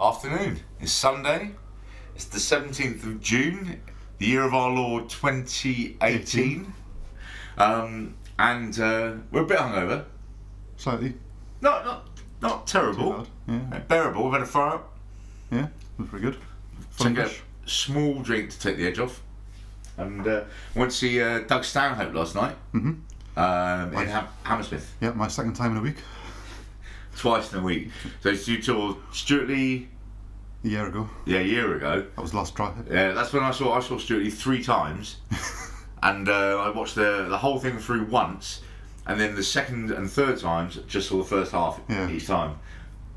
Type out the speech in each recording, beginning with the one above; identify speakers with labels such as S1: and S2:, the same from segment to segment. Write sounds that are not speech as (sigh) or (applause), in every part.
S1: afternoon. It's Sunday. It's the 17th of June, the year of our Lord 2018. Um, and uh, we're a bit hungover.
S2: Slightly.
S1: Not, not, not terrible.
S2: bad, yeah.
S1: Uh, Bearable. We've had a fire up.
S2: Yeah, that's pretty good.
S1: Took a
S2: Fundish.
S1: small drink to take the edge off. And uh, went to see uh, Doug Stanhope last night
S2: Mhm.
S1: um, in Ham- Hammersmith.
S2: Yeah, my second time in a week.
S1: Twice in a week. So you saw Stuart Lee
S2: A year ago.
S1: yeah, a year ago.
S2: That was the last try.
S1: Yeah, that's when I saw I saw Stuart Lee three times, and uh, I watched the the whole thing through once, and then the second and third times just saw the first half
S2: Yeah.
S1: each time,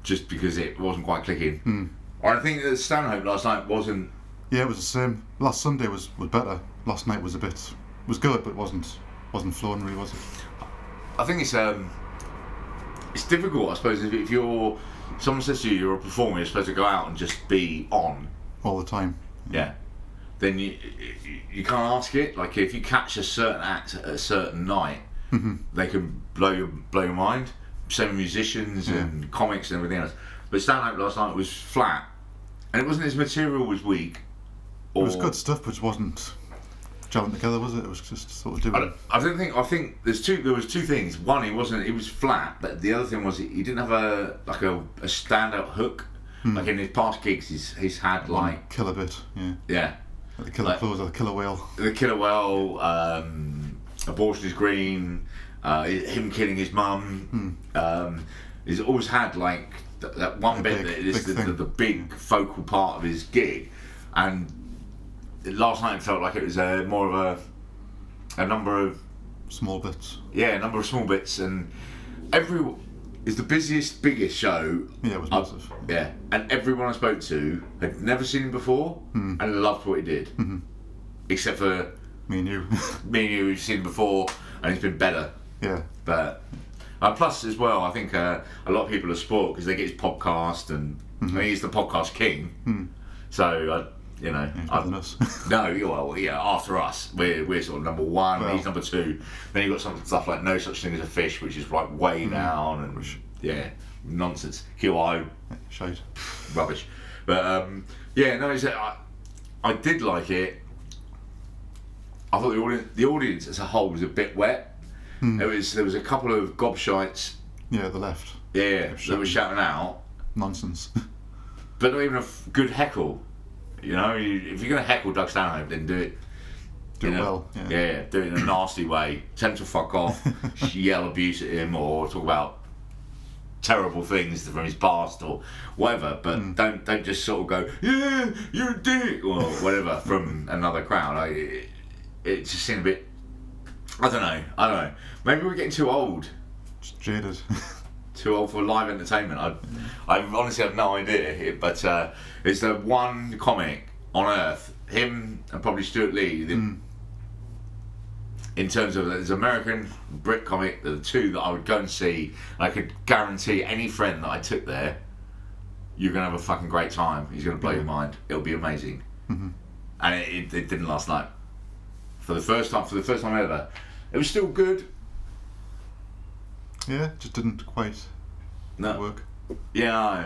S1: just because it wasn't quite clicking. Or I think that Stanhope last night wasn't.
S2: Yeah, it was the same. Last Sunday was, was better. Last night was a bit was good, but wasn't wasn't flowing really, was it?
S1: I think it's um, it's difficult, I suppose, if, if you're someone says to you you're a performer, you're supposed to go out and just be on.
S2: All the time.
S1: Yeah. Then you you- you can't ask it. Like if you catch a certain act at a certain night,
S2: Mm-hmm.
S1: they can blow your blow your mind. Same with musicians and comics and everything else. But stand up last night was flat, and it wasn't his material was weak. Or,
S2: It was good stuff, but it wasn't gelling together, was it? It was just sort of
S1: I
S2: doing.
S1: don't, I don't think I think there's two there was two things. One, he wasn't he was flat, but the other thing was he, he didn't have a like a, a standout hook.
S2: Hmm.
S1: Like in his past gigs, he's he's had like
S2: Killer bit, yeah.
S1: yeah
S2: Like the killer
S1: Like-
S2: claws or the killer whale.
S1: the killer whale, um, abortion is green, uh, him killing his mum.
S2: Hmm.
S1: Um, he's always had like th- that one bit
S2: big-
S1: that is
S2: big
S1: the, the,
S2: thing.
S1: the big focal part of his gig, and last night felt like it was a, more of a a number of
S2: Small bits.
S1: yeah a number of small bits and every is the busiest biggest show
S2: Yeah, it was
S1: I-
S2: massive.
S1: yeah, and everyone I spoke to had never seen him before
S2: Hmm.
S1: and loved what he did,
S2: Mm-hmm.
S1: except for
S2: Me and you. (laughs)
S1: me and you we've seen before, and it's been better.
S2: yeah.
S1: But and plus as well, I think uh, a lot of people are sport because they get his podcast, and I mean, he's the podcast king. So I, you know,
S2: It's better than
S1: I,
S2: us. (laughs)
S1: no, you well, yeah. After us, we're we're sort of number one.
S2: Well-
S1: he's number two. Then you have got some stuff like no such thing as a fish, which is like way down and yeah, nonsense. QI
S2: Shite.
S1: rubbish. But um, yeah, no, it's, I, I did like it. I thought the audience, the audience as a whole was a bit wet. There was there was a couple of gobshites,
S2: Yeah, the left.
S1: yeah, that were shouting out,
S2: Nonsense. (laughs)
S1: but not even a f- good heckle. You know, you, if you're gonna heckle Doug Stanhope, then do it.
S2: Do
S1: you
S2: it
S1: know,
S2: well. Yeah.
S1: do it in a nasty way. Tend to fuck
S2: (laughs)
S1: off, yell abuse at him, or talk about terrible things from his past or whatever. But
S2: Hmm.
S1: don't don't just sort of go, yeah, you're a dick or whatever from another crowd. I, it, it just seemed a bit. I don't know. I don't know. Maybe we're getting too old.
S2: Just jaded. (laughs)
S1: Too old uh, for live entertainment. I, I honestly have no idea. here, But uh, it's the one comic on earth, him and probably Stuart Lee. The, In terms of there's American Brit comic, the two that I would go and see. And I could guarantee any friend that I took there, you're gonna have a fucking great time. He's gonna blow your mind. It'll be amazing. And it, it, it didn't last night. For the first time, for the first time ever, it was still good.
S2: yeah, just didn't quite
S1: No,
S2: work.
S1: yeah. I-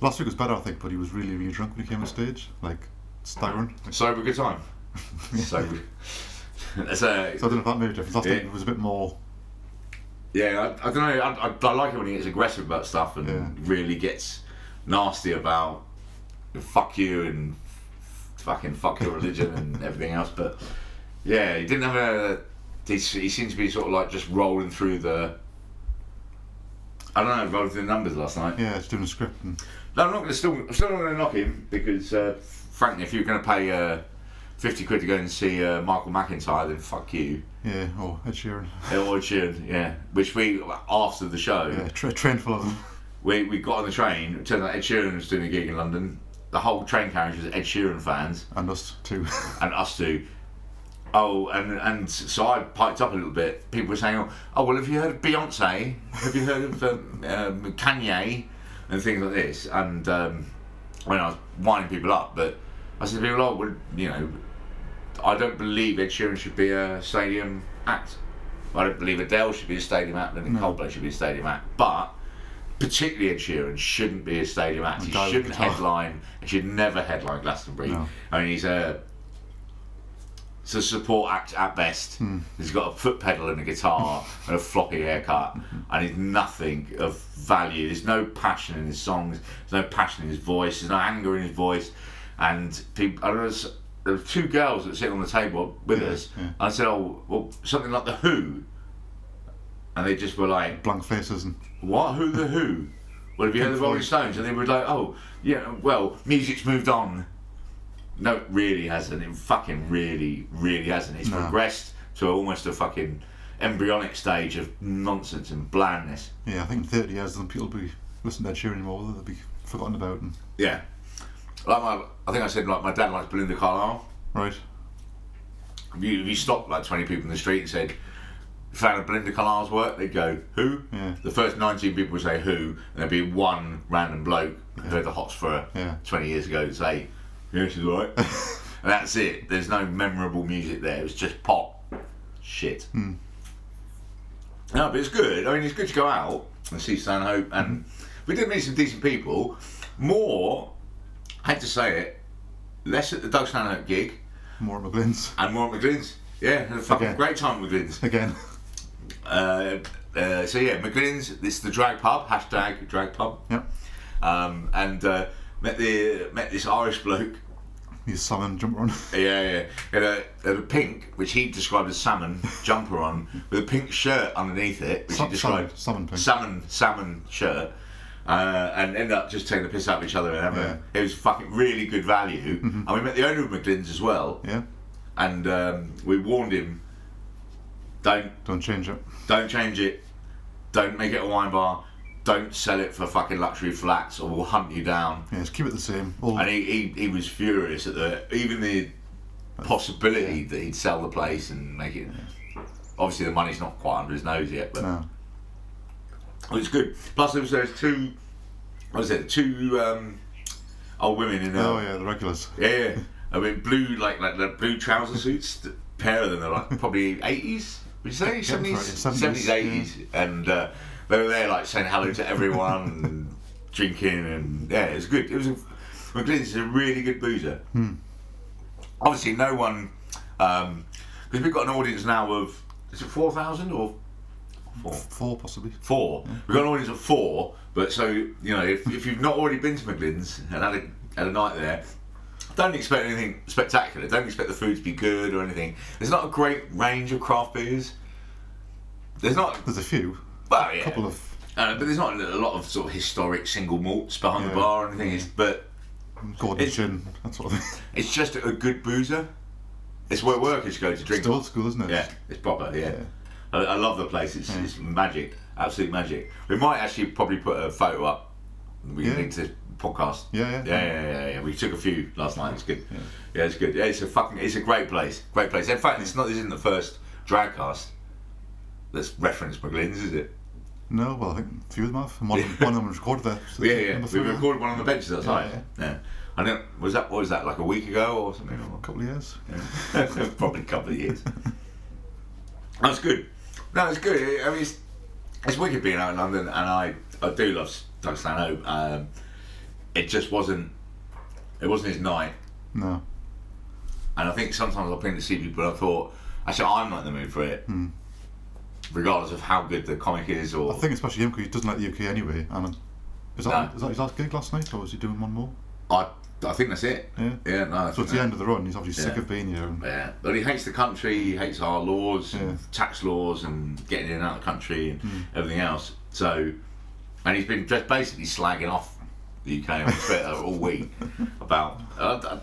S2: Last week was better, I think, but he was really, really drunk when he came on stage. Like, staggering. Like,
S1: Sober good (laughs) time. (laughs) Sober. That's a,
S2: so I don't know if that made a difference. Last
S1: Yeah.
S2: night it was a bit more.
S1: yeah, I, I don't know. I, I, I like it when he gets aggressive about stuff and
S2: Yeah.
S1: really gets nasty about fuck you and f- fucking fuck your religion (laughs) and everything else. But yeah, he didn't have a. He, s- he seemed to be sort of like just rolling through the. I don't know, rolling through the numbers last night.
S2: Yeah, just doing a script and
S1: No, I'm not going to still. I'm still not going to knock him because, uh, frankly, if you're going to pay uh, fifty quid to go and see uh, Michael McIntyre, then fuck you.
S2: yeah, or Ed Sheeran.
S1: Yeah, well, June, yeah. Which we after the show,
S2: Yeah, tra- train full of them.
S1: we, we got on the train. It turned out Ed Sheeran was doing a gig in London. The whole train carriage was Ed Sheeran fans
S2: And us too.
S1: and us two. Oh, and and so I piped up a little bit. People were saying, "Oh, well, have you heard of Beyonce? Have you heard of um, um, Kanye?" and things like this. And um, when I was winding people up, but I said to people, "Oh, well, you know, I don't believe Ed Sheeran should be a stadium act. I don't believe Adele should be a stadium act, and Coldplay should be a stadium act. But particularly Ed Sheeran, shouldn't be a stadium act. He
S2: die with
S1: shouldn't
S2: guitar.
S1: headline. He should never headline Glastonbury.
S2: No.
S1: I mean, he's a it's a support act at best.
S2: Hmm.
S1: He's got a foot pedal and a guitar and a floppy haircut, and he's nothing of value. There's no passion in his songs. There's no passion in his voice. There's no anger in his voice. And people, I was, there were two girls that sit on the table with
S2: Yeah,
S1: us.
S2: yeah.
S1: I said, "Oh, well, something like the Who," and they just were like,
S2: (laughs) Blank faces and
S1: what? Who the who? Well, have you heard of the Rolling
S2: Floyd.
S1: Stones? And they were like, oh, yeah, well, music's moved on. No, it really hasn't. It fucking really, really hasn't. It's progressed to almost a fucking embryonic stage of nonsense and blandness.
S2: yeah, I think in thirty years then people will be listening to Ed Sheeran more. They'll be forgotten about and
S1: Yeah. Like my, I think I said, like, my dad likes Belinda Carlisle.
S2: right.
S1: If you, if you stopped like 20 people in the street and said, fan of Belinda Carlisle's work, they'd go, who?
S2: Yeah.
S1: The first 19 people would say, who? And there'd be one random bloke who had the hots for her
S2: Yeah.
S1: 20 years ago to say, yeah, she's
S2: (laughs)
S1: alright. and that's it. There's no memorable music there. It was just pop shit.
S2: Hmm.
S1: No, but it's good. I mean, it's good to go out and see Stanhope. And
S2: Hmm.
S1: we did meet some decent people. More, I had to say it, less at the Doug Stanhope gig.
S2: More at McGlynn's
S1: And more at McGlynn's. Yeah, had a fucking
S2: Okay.
S1: great time at
S2: (laughs)
S1: McGlynn's.
S2: again.
S1: Uh, uh, so yeah, McGlynn's, this is the drag pub, hashtag drag pub.
S2: yep.
S1: Um, and uh, met the met this Irish bloke.
S2: He's salmon jumper on.
S1: Yeah, yeah. He had a, had a pink, which he described as
S2: (laughs)
S1: salmon, jumper on, with a pink shirt underneath it, which he
S2: Sa- salmon,
S1: described
S2: salmon pink.
S1: salmon, salmon shirt. Uh, and ended up just taking the piss out of each other and having a- it was fucking really good value. And we met the owner of McGlynn's as well,
S2: Mm-hmm. yeah.
S1: and um, we warned him, don't
S2: Don't change it.
S1: Don't change it. Don't make it a wine bar. Don't sell it for fucking luxury flats, or we'll hunt you down.
S2: Yeah, just keep it the same. All
S1: And he, he, he was furious at the even the possibility that he'd sell the place and make it. Obviously, the money's not quite under his nose yet, but
S2: no.
S1: it was good. Plus, there was those two. What was it? Two um, old women in um, a
S2: Oh yeah, the regulars.
S1: yeah, yeah. I mean, blue like like the blue trouser suits. The pair of them are like probably eighties. Would you say seventies,
S2: probably 70s,
S1: seventies, eighties? And uh, they were there like saying hello to everyone, and (laughs) drinking, and yeah, it was good. It was. A, McLean's is a really good boozer. Obviously, no one because we've got an audience now of is it four thousand or four?
S2: Four possibly.
S1: four. We've got an audience of four, but so you know, if, if you've not already been to McGlynn's and had a had a night there, don't expect anything spectacular. Don't expect the food to be good or anything. There's not a great range of craft beers. There's not,
S2: There's a few.
S1: well, yeah,
S2: A couple of
S1: uh, but there's not a lot of sort of historic single malts behind
S2: Yeah.
S1: the bar or anything. It's, but
S2: Gordon
S1: It's-
S2: Gin, that sort of thing.
S1: it's just a good boozer. It's where workers go to drink.
S2: It's old school, isn't it?
S1: Yeah, it's proper. Yeah,
S2: Yeah.
S1: I, I love the place. It's, it's magic, absolute magic. We might actually probably put a photo up. We
S2: Yeah.
S1: can link to this podcast.
S2: Yeah, yeah.
S1: yeah, yeah, yeah, yeah. We took a few last night. It's good. Yeah, it's good. Yeah, it's a fucking, it's a great place. Great place. In fact, it's not. This isn't the first dragcast that's referenced McGlynn's, is it?
S2: No, well I think a few of them have. And one, of them- one of them was recorded there. So
S1: Yeah, yeah.
S2: number
S1: We
S2: three, yeah.
S1: recorded one on the benches last
S2: Yeah,
S1: night. Yeah. I know. Was that what was that like a week ago or something?
S2: A couple of years.
S1: (laughs) Probably a couple of years. That's good. No, it's good. I mean, it's, it's wicked being out in London, and I, I do love Doug Stanhope. Um, it just wasn't, it wasn't his night,
S2: No.
S1: and I think sometimes I've been to see people and I thought, actually, I'm not in the mood for it, regardless of how good the comic is or
S2: Hmm. I think especially him because he doesn't like the UK anyway. And is that,
S1: No.
S2: is that his last gig last night or was he doing one more?
S1: I, I think that's it.
S2: Yeah.
S1: Yeah, no. I
S2: So
S1: think
S2: it's the
S1: that-
S2: end of the run. He's obviously sick
S1: Yeah.
S2: of being here. And,
S1: Yeah, but he hates the country. He hates our laws,
S2: Yeah. Hmm.
S1: and tax laws, and getting in and out of the country and everything else. So, and he's been just basically slagging off the UK on Twitter all
S2: (laughs)
S1: week about, uh, uh,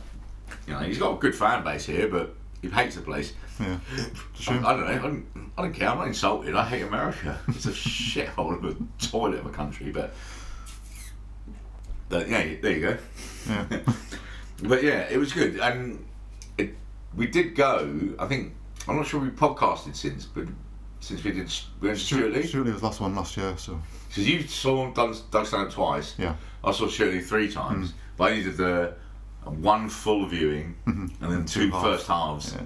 S1: you know, he's got a good fan base here, but he hates the place.
S2: yeah.
S1: I, (laughs)
S2: Shame.
S1: I don't know. I don't, I don't care. I'm not insulted. I hate America. It's
S2: (laughs)
S1: a shithole of a toilet of a country, but. but yeah, there you go.
S2: Yeah.
S1: But yeah, it was good, and it, we did go. I think I'm not sure we podcasted since, but since we did, we went to Stuart Lee.
S2: (laughs) Surely it was the last one last year, so
S1: Because you saw done Doug Stanhope twice.
S2: yeah.
S1: I saw Stuart Lee three times, but I only did the one full viewing and then two
S2: Two halves.
S1: first halves.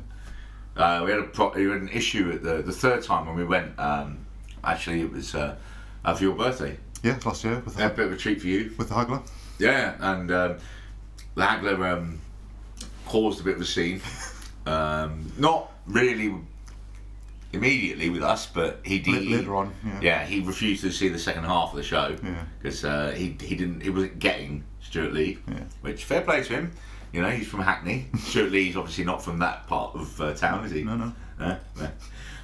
S2: Yeah.
S1: Uh, we had a pro- we had an issue at the the third time when we went. Um, actually, it was uh, uh, for your birthday.
S2: Yeah, last year with the,
S1: A bit of a treat for you.
S2: with the Hagler.
S1: Yeah, and um, the Hagler um, caused a bit of a
S2: (laughs)
S1: scene. Um, not really immediately with us, but he
S2: L-
S1: did.
S2: later on, yeah.
S1: Yeah, he refused to see the second half of the show
S2: Yeah.
S1: because uh, he he didn't he wasn't getting Stuart Lee,
S2: Yeah.
S1: which fair play to him. You know, he's from
S2: (laughs)
S1: Hackney. Stuart Lee's obviously not from that part of uh, town, is he?
S2: No, no.
S1: No, no.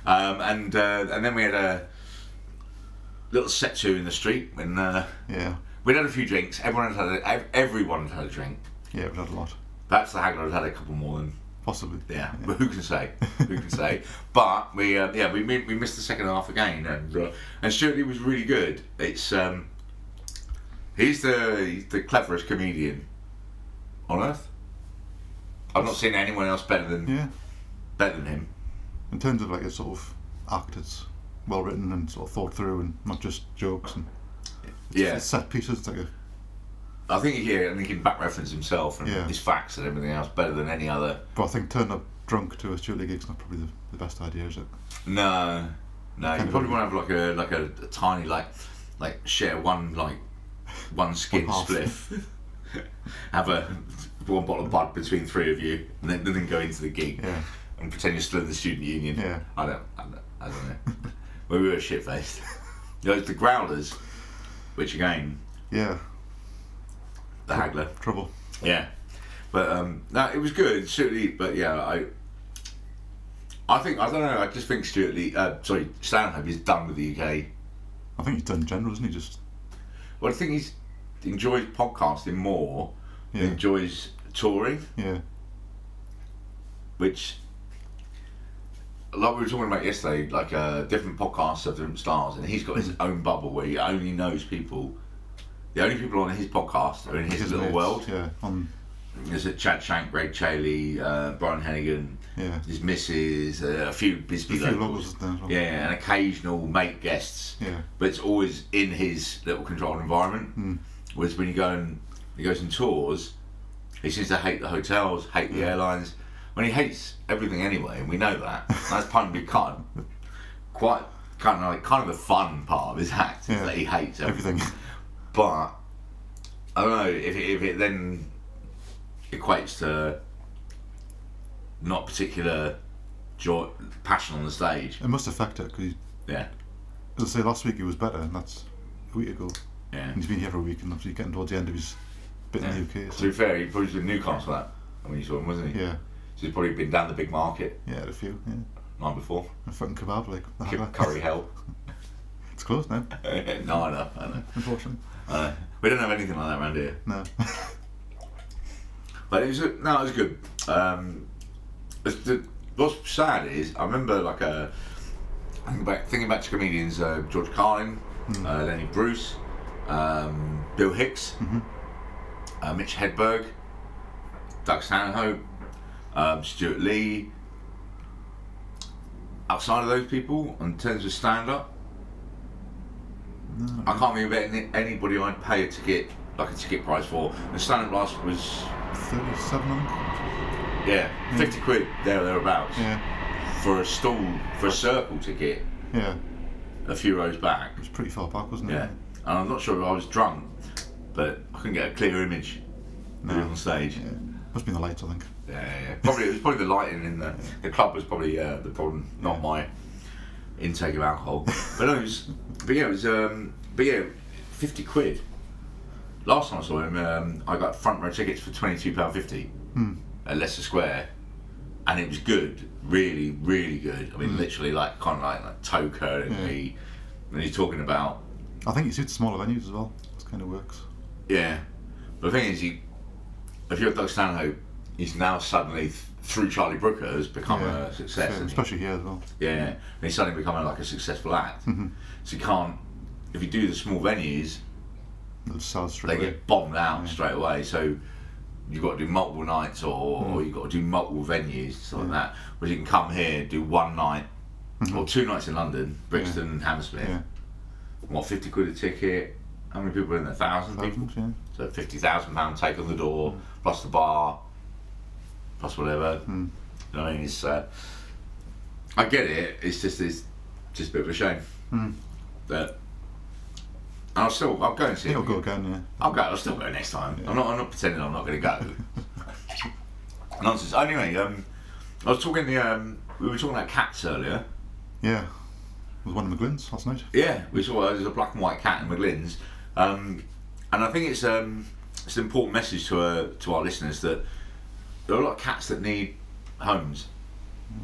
S1: Um, and uh, and then we had a little set to in the street when uh,
S2: Yeah,
S1: we'd had a few drinks. Everyone had had a, ev- everyone had had a drink.
S2: yeah, we've had a lot.
S1: Perhaps the Hagler had had a couple more than
S2: Possibly.
S1: yeah, but who can say? Who can
S2: (laughs)
S1: say? But we, uh, yeah, we mi- we missed the second half again, and uh, and Stuart Lee was really good. It's um, he's the he's the cleverest comedian on earth. I've not seen anyone else better than
S2: Yeah.
S1: better than him.
S2: In terms of like a sort of act, it's well written and sort of thought through and not just jokes and
S1: Yeah,
S2: set pieces. It's like a,
S1: I think yeah, I think he can back reference himself and
S2: Yeah.
S1: his facts and everything else better than any other.
S2: but I think turn up drunk to a Stuart Lee gig's not probably the, the best idea, is it?
S1: No, no, you
S2: Kind of
S1: probably want to have like a like a, a tiny like like share one like one skin
S2: One half. (laughs)
S1: spliff. have a one bottle of bud between three of you, and then, then go into the gig
S2: Yeah.
S1: and pretend you're still in the student union.
S2: Yeah.
S1: I don't, I don't, I don't
S2: (laughs)
S1: know. Well, we were shit (laughs) faced. There was the growlers, which again,
S2: Yeah.
S1: the haggler.
S2: Trouble.
S1: Yeah, but um, no, it was good, Stuart Lee. But yeah, I, I think I don't know. I just think Stuart Lee. Uh, sorry, Stanhope is done with the UK.
S2: I think he's done general, isn't he? Just
S1: Well, I think he's enjoys podcasting more.
S2: yeah,
S1: Enjoys touring,
S2: yeah,
S1: which. Like we were talking about yesterday, like uh, different podcasts have different styles, and he's got
S2: Mm-hmm.
S1: his own bubble where he only knows people. The only people on his podcast are in his,
S2: His
S1: little
S2: mates,
S1: world.
S2: Yeah, on
S1: There's a Chad Shank, Greg Chaley, uh, Brian Hennigan,
S2: yeah.
S1: his missus, uh, a few Bisbee
S2: A few
S1: locals.
S2: logos there as well.
S1: Yeah, and occasional mate guests.
S2: Yeah.
S1: But it's always in his little controlled environment.
S2: Mm.
S1: Whereas when you go and he goes on tours, he seems to hate the hotels, hate
S2: Hmm.
S1: the airlines. When he hates everything anyway, and we know
S2: (laughs)
S1: that. That's part of the kind, quite kind of like kind of the fun part of his act
S2: Yeah.
S1: is that he hates everything.
S2: Everything. (laughs)
S1: But I don't know if it, if it then equates to not particular joy, passion on the stage.
S2: It must affect it because,
S1: Yeah,
S2: as I say, last week he was better, and that's a week ago.
S1: yeah.
S2: And he's been here for a week, and obviously getting towards the end of his bit
S1: Yeah.
S2: in the UK.
S1: To
S2: So
S1: be fair, he probably was in Newcastle that when you saw him, wasn't he?
S2: yeah,
S1: So he's probably been down the big market
S2: yeah, had a few. Yeah,
S1: night before.
S2: a fucking kebab like (laughs) the
S1: Give
S2: Hagler.
S1: Curry (laughs) hell.
S2: It's closed now,
S1: no, I know, I know.
S2: unfortunately.
S1: I know. We don't have anything like that around here.
S2: No. (laughs)
S1: But it was a- no, it was good. Um, it's the, what's sad is I remember like a thinking back thinking back to comedians uh, George Carlin, uh, Lenny Bruce, um, Bill Hicks, uh, Mitch Hedberg, Doug Stanhope, um, Stuart Lee. Outside of those people, in terms of stand up,
S2: no.
S1: I can't think of any, anybody I'd pay a ticket like a ticket price for. And stand up last was
S2: 37 I
S1: Yeah, fifty quid there or thereabouts
S2: think. Mm. Yeah,
S1: for a stall for a circle ticket
S2: yeah. It
S1: a few rows back.
S2: was pretty far back, wasn't it?
S1: Yeah, and I'm not sure if I was drunk, but I couldn't get a clear image of it
S2: No.
S1: on stage.
S2: Yeah. Must be in the lights, I think.
S1: Yeah, yeah, yeah. probably it was probably the lighting in the the club was probably uh, the problem, not
S2: Yeah.
S1: my intake of alcohol. but no, it was, but yeah, it was um, but yeah, fifty quid. Last time I saw him, um, I got front row tickets for twenty two pound fifty at Leicester Square, and it was good, really, really good. I mean, literally like kind of like, like toe curling
S2: Yeah.
S1: me when you're talking about
S2: I think it suits smaller venues as well. It kind of works.
S1: yeah. But the thing is, you, if you're Doug Stanhope, he's now suddenly th- through Charlie Brooker has become
S2: Yeah.
S1: a success.
S2: So,
S1: hasn't he?
S2: especially here as well.
S1: Yeah, and he's suddenly becoming like a successful act.
S2: Mm-hmm.
S1: So you can't, if you do the small venues,
S2: It sells straight
S1: they
S2: away.
S1: get bombed out straight away. So you've got to do multiple nights or,
S2: Mm.
S1: or you've got to do multiple venues, stuff like that. Whereas you can come here, do one night or two nights in London, Brixton and Hammersmith.
S2: Mm-hmm. Yeah.
S1: What, 50 quid a ticket? How many people are in there? 1,000 people?
S2: Thousands, yeah.
S1: So fifty thousand pound take on the door, plus the bar, plus whatever. You know what I mean? It's uh, I get it. It's just it's just a bit of a shame that And I'll still, I'll go and see
S2: It'll
S1: it.
S2: go again, yeah.
S1: I'll go. I'll still go next time. I'm not. I'm not pretending I'm not going to go. (laughs) Nonsense. Anyway, um, I was talking the um, we were talking about cats earlier.
S2: Yeah. It was one of McGlynn's last night.
S1: Yeah, we saw there's a black and white cat in McLinn's, um, and I think it's um, it's an important message to uh, to our listeners that there are a lot of cats that need homes.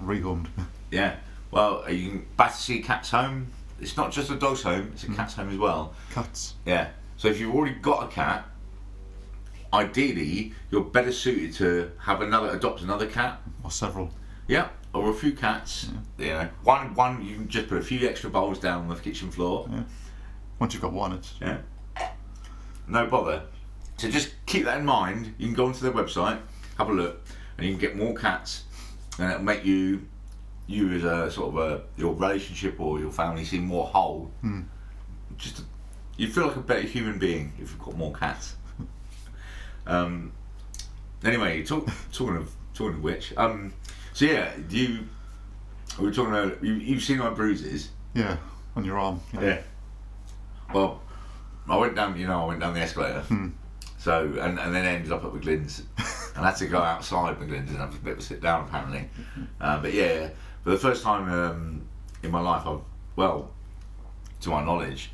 S2: Rehomed. (laughs)
S1: Yeah. Well, uh, you can Battersea Cats Home. It's not just a dog's home; it's a cat's home as well.
S2: Cats.
S1: Yeah. So if you've already got a cat, ideally you're better suited to have another adopt another cat.
S2: Or several.
S1: Yeah. Or a few cats. You know, one one you can just put a few extra bowls down on the kitchen floor.
S2: Yeah. Once you've got one, it's.
S1: Yeah. No bother. So just keep that in mind. You can go onto their website, have a look, and you can get more cats, and it'll make you, you as a sort of a your relationship or your family seem more whole. Just a, you feel like a better human being if you've got more cats. um. Anyway, talk, talking of talking of which, um, so yeah, you we were talking about you, you've seen my bruises.
S2: Yeah. On your arm.
S1: Yeah. Well, I went down. You know, I went down the escalator. So and, and then ended up at McGlynn's, and I had to go outside McGlynn's and have a bit of a sit down apparently. Uh, but yeah, for the first time um, in my life, I've well, to my knowledge,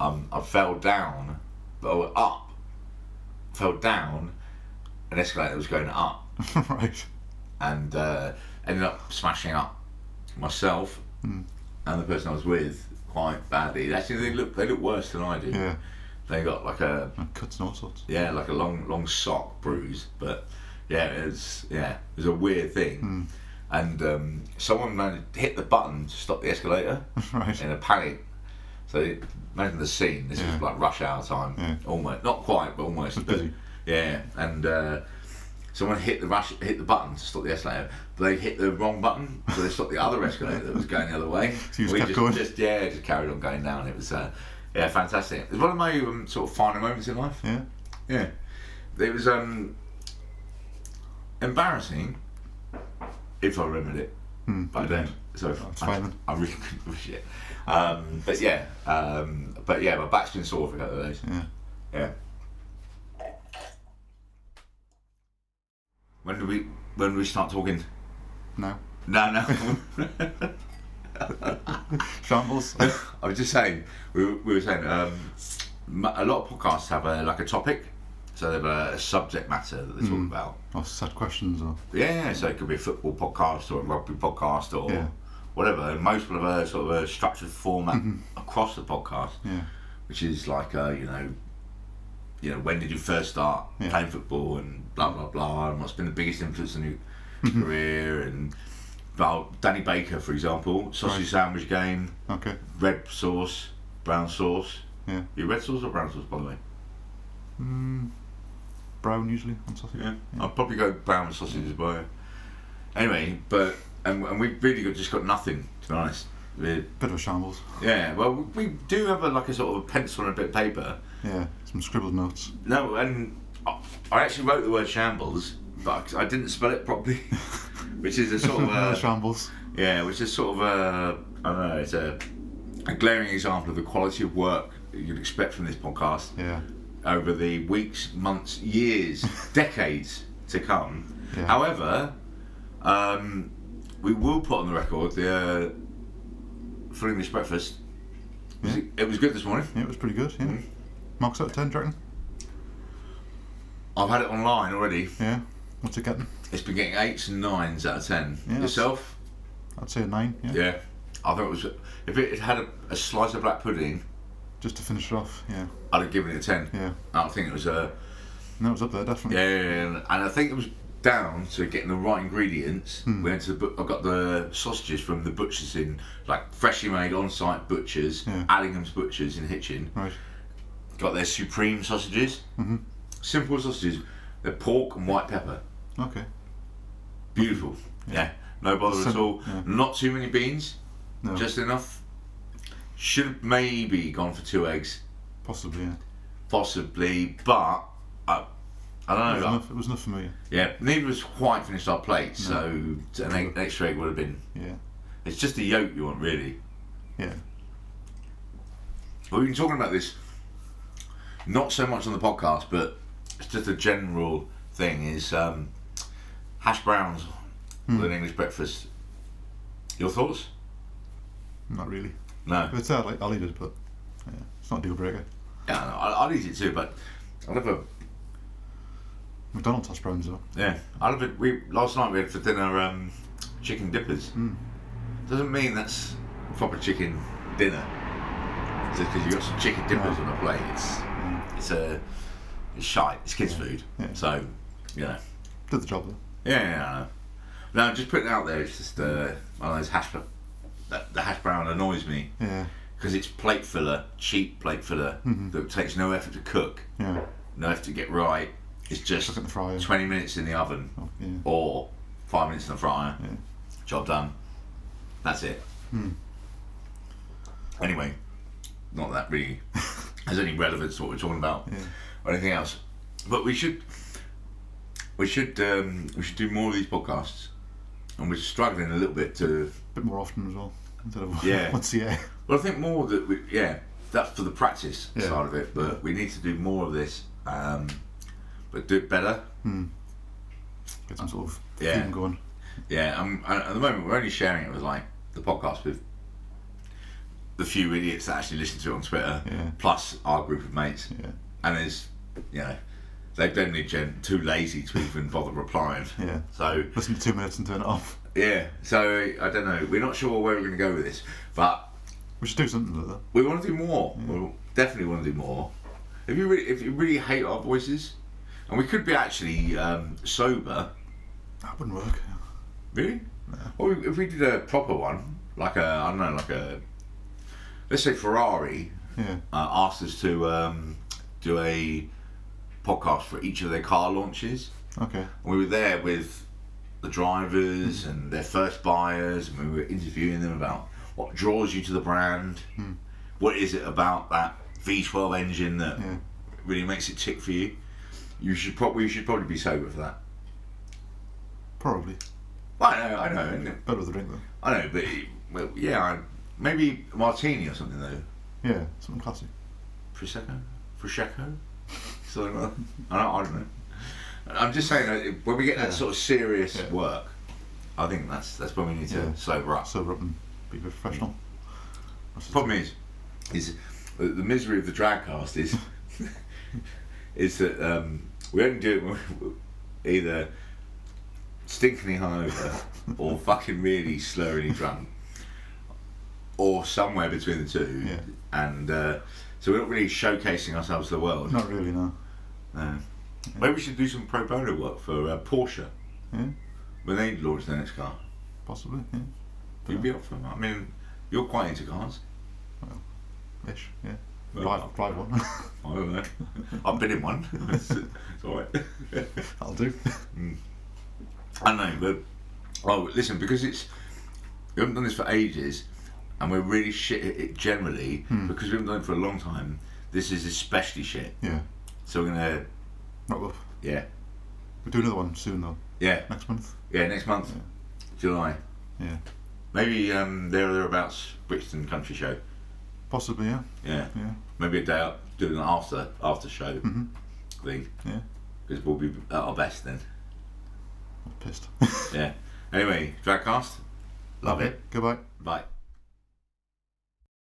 S1: um, I fell down, but I went up, fell down, an escalator that was going up,
S2: (laughs) right.
S1: and uh, ended up smashing up myself and the person I was with quite badly. Actually, they look they look worse than I do.
S2: Yeah.
S1: They got like a
S2: And cuts and all sorts. (laughs)
S1: yeah like a long long sock bruise, but yeah it's yeah it was a weird thing. And um, someone managed to hit the button to stop the escalator
S2: right.
S1: in a panic. So imagine the scene. This
S2: Yeah.
S1: was like rush hour time,
S2: Yeah.
S1: almost not quite, but almost.
S2: was
S1: But-
S2: busy.
S1: Yeah, and uh, someone hit the rush, hit the button to stop the escalator, but they hit the wrong button, so they stopped the other escalator that was going the other way.
S2: So you just
S1: we
S2: kept
S1: just,
S2: going?
S1: just yeah, just carried on going down. It was uh, yeah, fantastic. It was one of my um, sort of finer moments in life.
S2: Yeah.
S1: Yeah, it was um, embarrassing if I remembered it, but I don't. So
S2: Hmm. That's
S1: I,
S2: fine then.
S1: (laughs) I really couldn't wish it. Um, but yeah, um, but yeah, my back's been sore for a couple of days.
S2: Yeah.
S1: Yeah. When do we when do we start talking?
S2: No.
S1: No, no. (laughs)
S2: Shambles.
S1: I was just saying we were, we were saying um, m- a lot of podcasts have a, like a topic, so they have a, subject matter that they talk
S2: Hmm.
S1: about.
S2: or sad questions or.
S1: Yeah, yeah, so it could be a football podcast or a rugby podcast or
S2: Yeah.
S1: whatever. And most will have a sort of a structured format
S2: Mm-hmm.
S1: across the podcast,
S2: Yeah.
S1: which is like uh, you know, you know, when did you first start
S2: Yeah.
S1: playing football and blah blah blah, and what's been the biggest influence on your
S2: Mm-hmm.
S1: career and. About Danny Baker, for example, sausage sandwich game,
S2: Okay.
S1: red sauce, brown sauce.
S2: Yeah.
S1: You red sauce or brown sauce, by the way?
S2: Brown usually on sausage.
S1: Yeah, I'd probably go brown sausages by. Anyway, but and, and we've really got, just got nothing to be honest. We-
S2: Bit of a shambles.
S1: yeah, well, we do have a, like a sort of a pencil and a bit of paper.
S2: Yeah. Some scribbled notes.
S1: No, and I, I actually wrote the word shambles, but I didn't spell it properly, (laughs) which is a
S2: (laughs)
S1: sort of a,
S2: shambles.
S1: Yeah, which is sort of a, I don't know, it's a, a glaring example of the quality of work that you'd expect from this podcast
S2: Yeah.
S1: over the weeks, months,
S2: (laughs)
S1: years, decades to come.
S2: Yeah.
S1: However, um, we will put on the record the uh, full English breakfast. Was
S2: Yeah.
S1: It, it was good this morning.
S2: Yeah, it was pretty good. Yeah.
S1: Mm-hmm.
S2: Marks out of 10, do you reckon?
S1: I've had it online already.
S2: Yeah. What's it getting?
S1: It's been getting eights and nines out of ten.
S2: Yeah, that's-
S1: Yourself?
S2: I'd say a 9. Yeah.
S1: Yeah. I thought it was. If it had a, a slice of black pudding,
S2: Just to finish it off. Yeah.
S1: I'd have given it a ten.
S2: Yeah.
S1: I don't think it was a.
S2: No, it was up there, definitely.
S1: Yeah, yeah, yeah, and I think it was down to getting the right ingredients.
S2: Hmm.
S1: We went to the, bu- I got the sausages from the butchers in, like freshly made on-site butchers,
S2: Yeah.
S1: Allingham's butchers in Hitchin.
S2: Right.
S1: Got their supreme sausages, mm-hmm. simple sausages. They're pork and white pepper.
S2: Okay.
S1: Beautiful. Yeah, no bother at
S2: Sim-
S1: all.
S2: yeah.
S1: Not too many beans,
S2: No.
S1: just enough. Should have maybe gone for two eggs,
S2: possibly, yeah.
S1: possibly, but I, I
S2: It
S1: don't
S2: was,
S1: know.
S2: enough, it was enough for me.
S1: Yeah, neither of us quite finished our plate, so an e- extra egg would have been.
S2: Yeah.
S1: It's just the yolk you want, really.
S2: Yeah.
S1: We've been talking about this not so much on the podcast, but it's just a general thing is um, hash browns with an English breakfast. Your thoughts?
S2: Not really.
S1: No.
S2: It's uh, like, I'll eat it, but yeah, it's not a deal breaker.
S1: Yeah, I know. I- I'll eat it too, but I'll have a
S2: McDonald's hash browns though.
S1: yeah. I'll have it. We last night we had for dinner um, chicken dippers.
S2: Hmm.
S1: Doesn't mean that's proper chicken dinner. Just because you got some chicken dippers on a plate, it's it's a it's shite. It's kids' food.
S2: Hmm. Yeah.
S1: So you know.
S2: Did the job though.
S1: Yeah, yeah, yeah, I know. No, just putting it out there. It's just uh, one of those hash. br- That, the hash brown annoys me
S2: Yeah,
S1: because it's plate filler, cheap plate filler
S2: Mm-hmm.
S1: that takes no effort to cook,
S2: yeah.
S1: no effort to get right. It's just
S2: Chuck it in the fryer.
S1: twenty minutes in the oven
S2: Oh, yeah.
S1: or five minutes in the fryer.
S2: Yeah. Hmm.
S1: Job done. That's it. Anyway, not that
S2: (laughs)
S1: really has any relevance to what we're talking about
S2: Yeah.
S1: or anything else. But we should we should um, we should do more of these podcasts. And we're struggling a little bit to
S2: bit more often as well. Instead of (laughs)
S1: Yeah.
S2: once a year.
S1: well I think more that we yeah, that's for the practice
S2: Yeah.
S1: side of it, but we need to do more of this. Um, but do it better.
S2: Get some sort of
S1: Yeah.
S2: theme going.
S1: Yeah, um, and at the moment we're only sharing it with like the podcast with the few idiots that actually listen to it on Twitter,
S2: Yeah.
S1: plus our group of mates.
S2: Yeah.
S1: And there's, you know, they're generally gen- too lazy to even bother replying.
S2: (laughs) Yeah.
S1: So
S2: Listen to two minutes and turn it off.
S1: yeah, so I don't know. We're not sure where we're going to go with this, but
S2: We should do something like that.
S1: we want to do more. We definitely want to do more. If you really, if you really hate our voices, and we could be actually um, sober.
S2: That wouldn't work.
S1: Really? Well, if we did a proper one, like a, I don't know, like a, let's say Ferrari
S2: Yeah.
S1: uh, asked us to um, do a podcast for each of their car launches.
S2: Okay.
S1: And we were there with the drivers and their first buyers, and we were interviewing them about what draws you to the brand, what is it about that V12 engine that
S2: Yeah.
S1: really makes it tick for you. You should probably, you should probably be sober for that.
S2: Probably.
S1: Well, I know, I know. and-
S2: Better with a drink though.
S1: I know, but well, yeah, I, maybe a martini or something though.
S2: Yeah. Something classy.
S1: Prosecco, prosecco, something like that. I don't, I don't know. I'm just saying that if- when we get that sort of serious
S2: Yeah.
S1: work, I think that's that's when we need to
S2: Yeah.
S1: sober up.
S2: Sober up and be a bit professional. That's just-
S1: Problem is, is the the misery of the dragcast is (laughs) is that um, we only do it when we're either stinkingly hungover
S2: (laughs)
S1: or fucking really slurringly drunk, or somewhere between the two.
S2: Yeah.
S1: And uh, so we're not really showcasing ourselves to the world.
S2: Not really, no.
S1: No. Maybe we should do some pro bono work for uh, Porsche
S2: Yeah.
S1: when they launch their next car.
S2: Possibly. Yeah.
S1: You'd be up for that. I mean, you're quite into cars.
S2: Ish. Yeah.
S1: Well,
S2: drive, drive one. (laughs)
S1: I don't know. (laughs) I've been in one. it's, it's all right.
S2: That'll do.
S1: (laughs) I know, but oh, listen, because it's we haven't done this for ages, and we're really shit at it generally because we haven't done it for a long time. This is especially shit.
S2: yeah.
S1: So we're gonna,
S2: Wrap up.
S1: yeah,
S2: We'll do another one soon though.
S1: yeah,
S2: Next month.
S1: yeah. Next month, July,
S2: Yeah.
S1: maybe um, there or thereabouts, Brixton Country Show.
S2: Possibly, yeah.
S1: Yeah,
S2: Yeah.
S1: maybe a day out, do an after after show thing.
S2: Yeah.
S1: because we'll be at our best then.
S2: I'm pissed. (laughs)
S1: Yeah. Anyway, Dragcast, love it.
S2: Goodbye.
S1: Bye.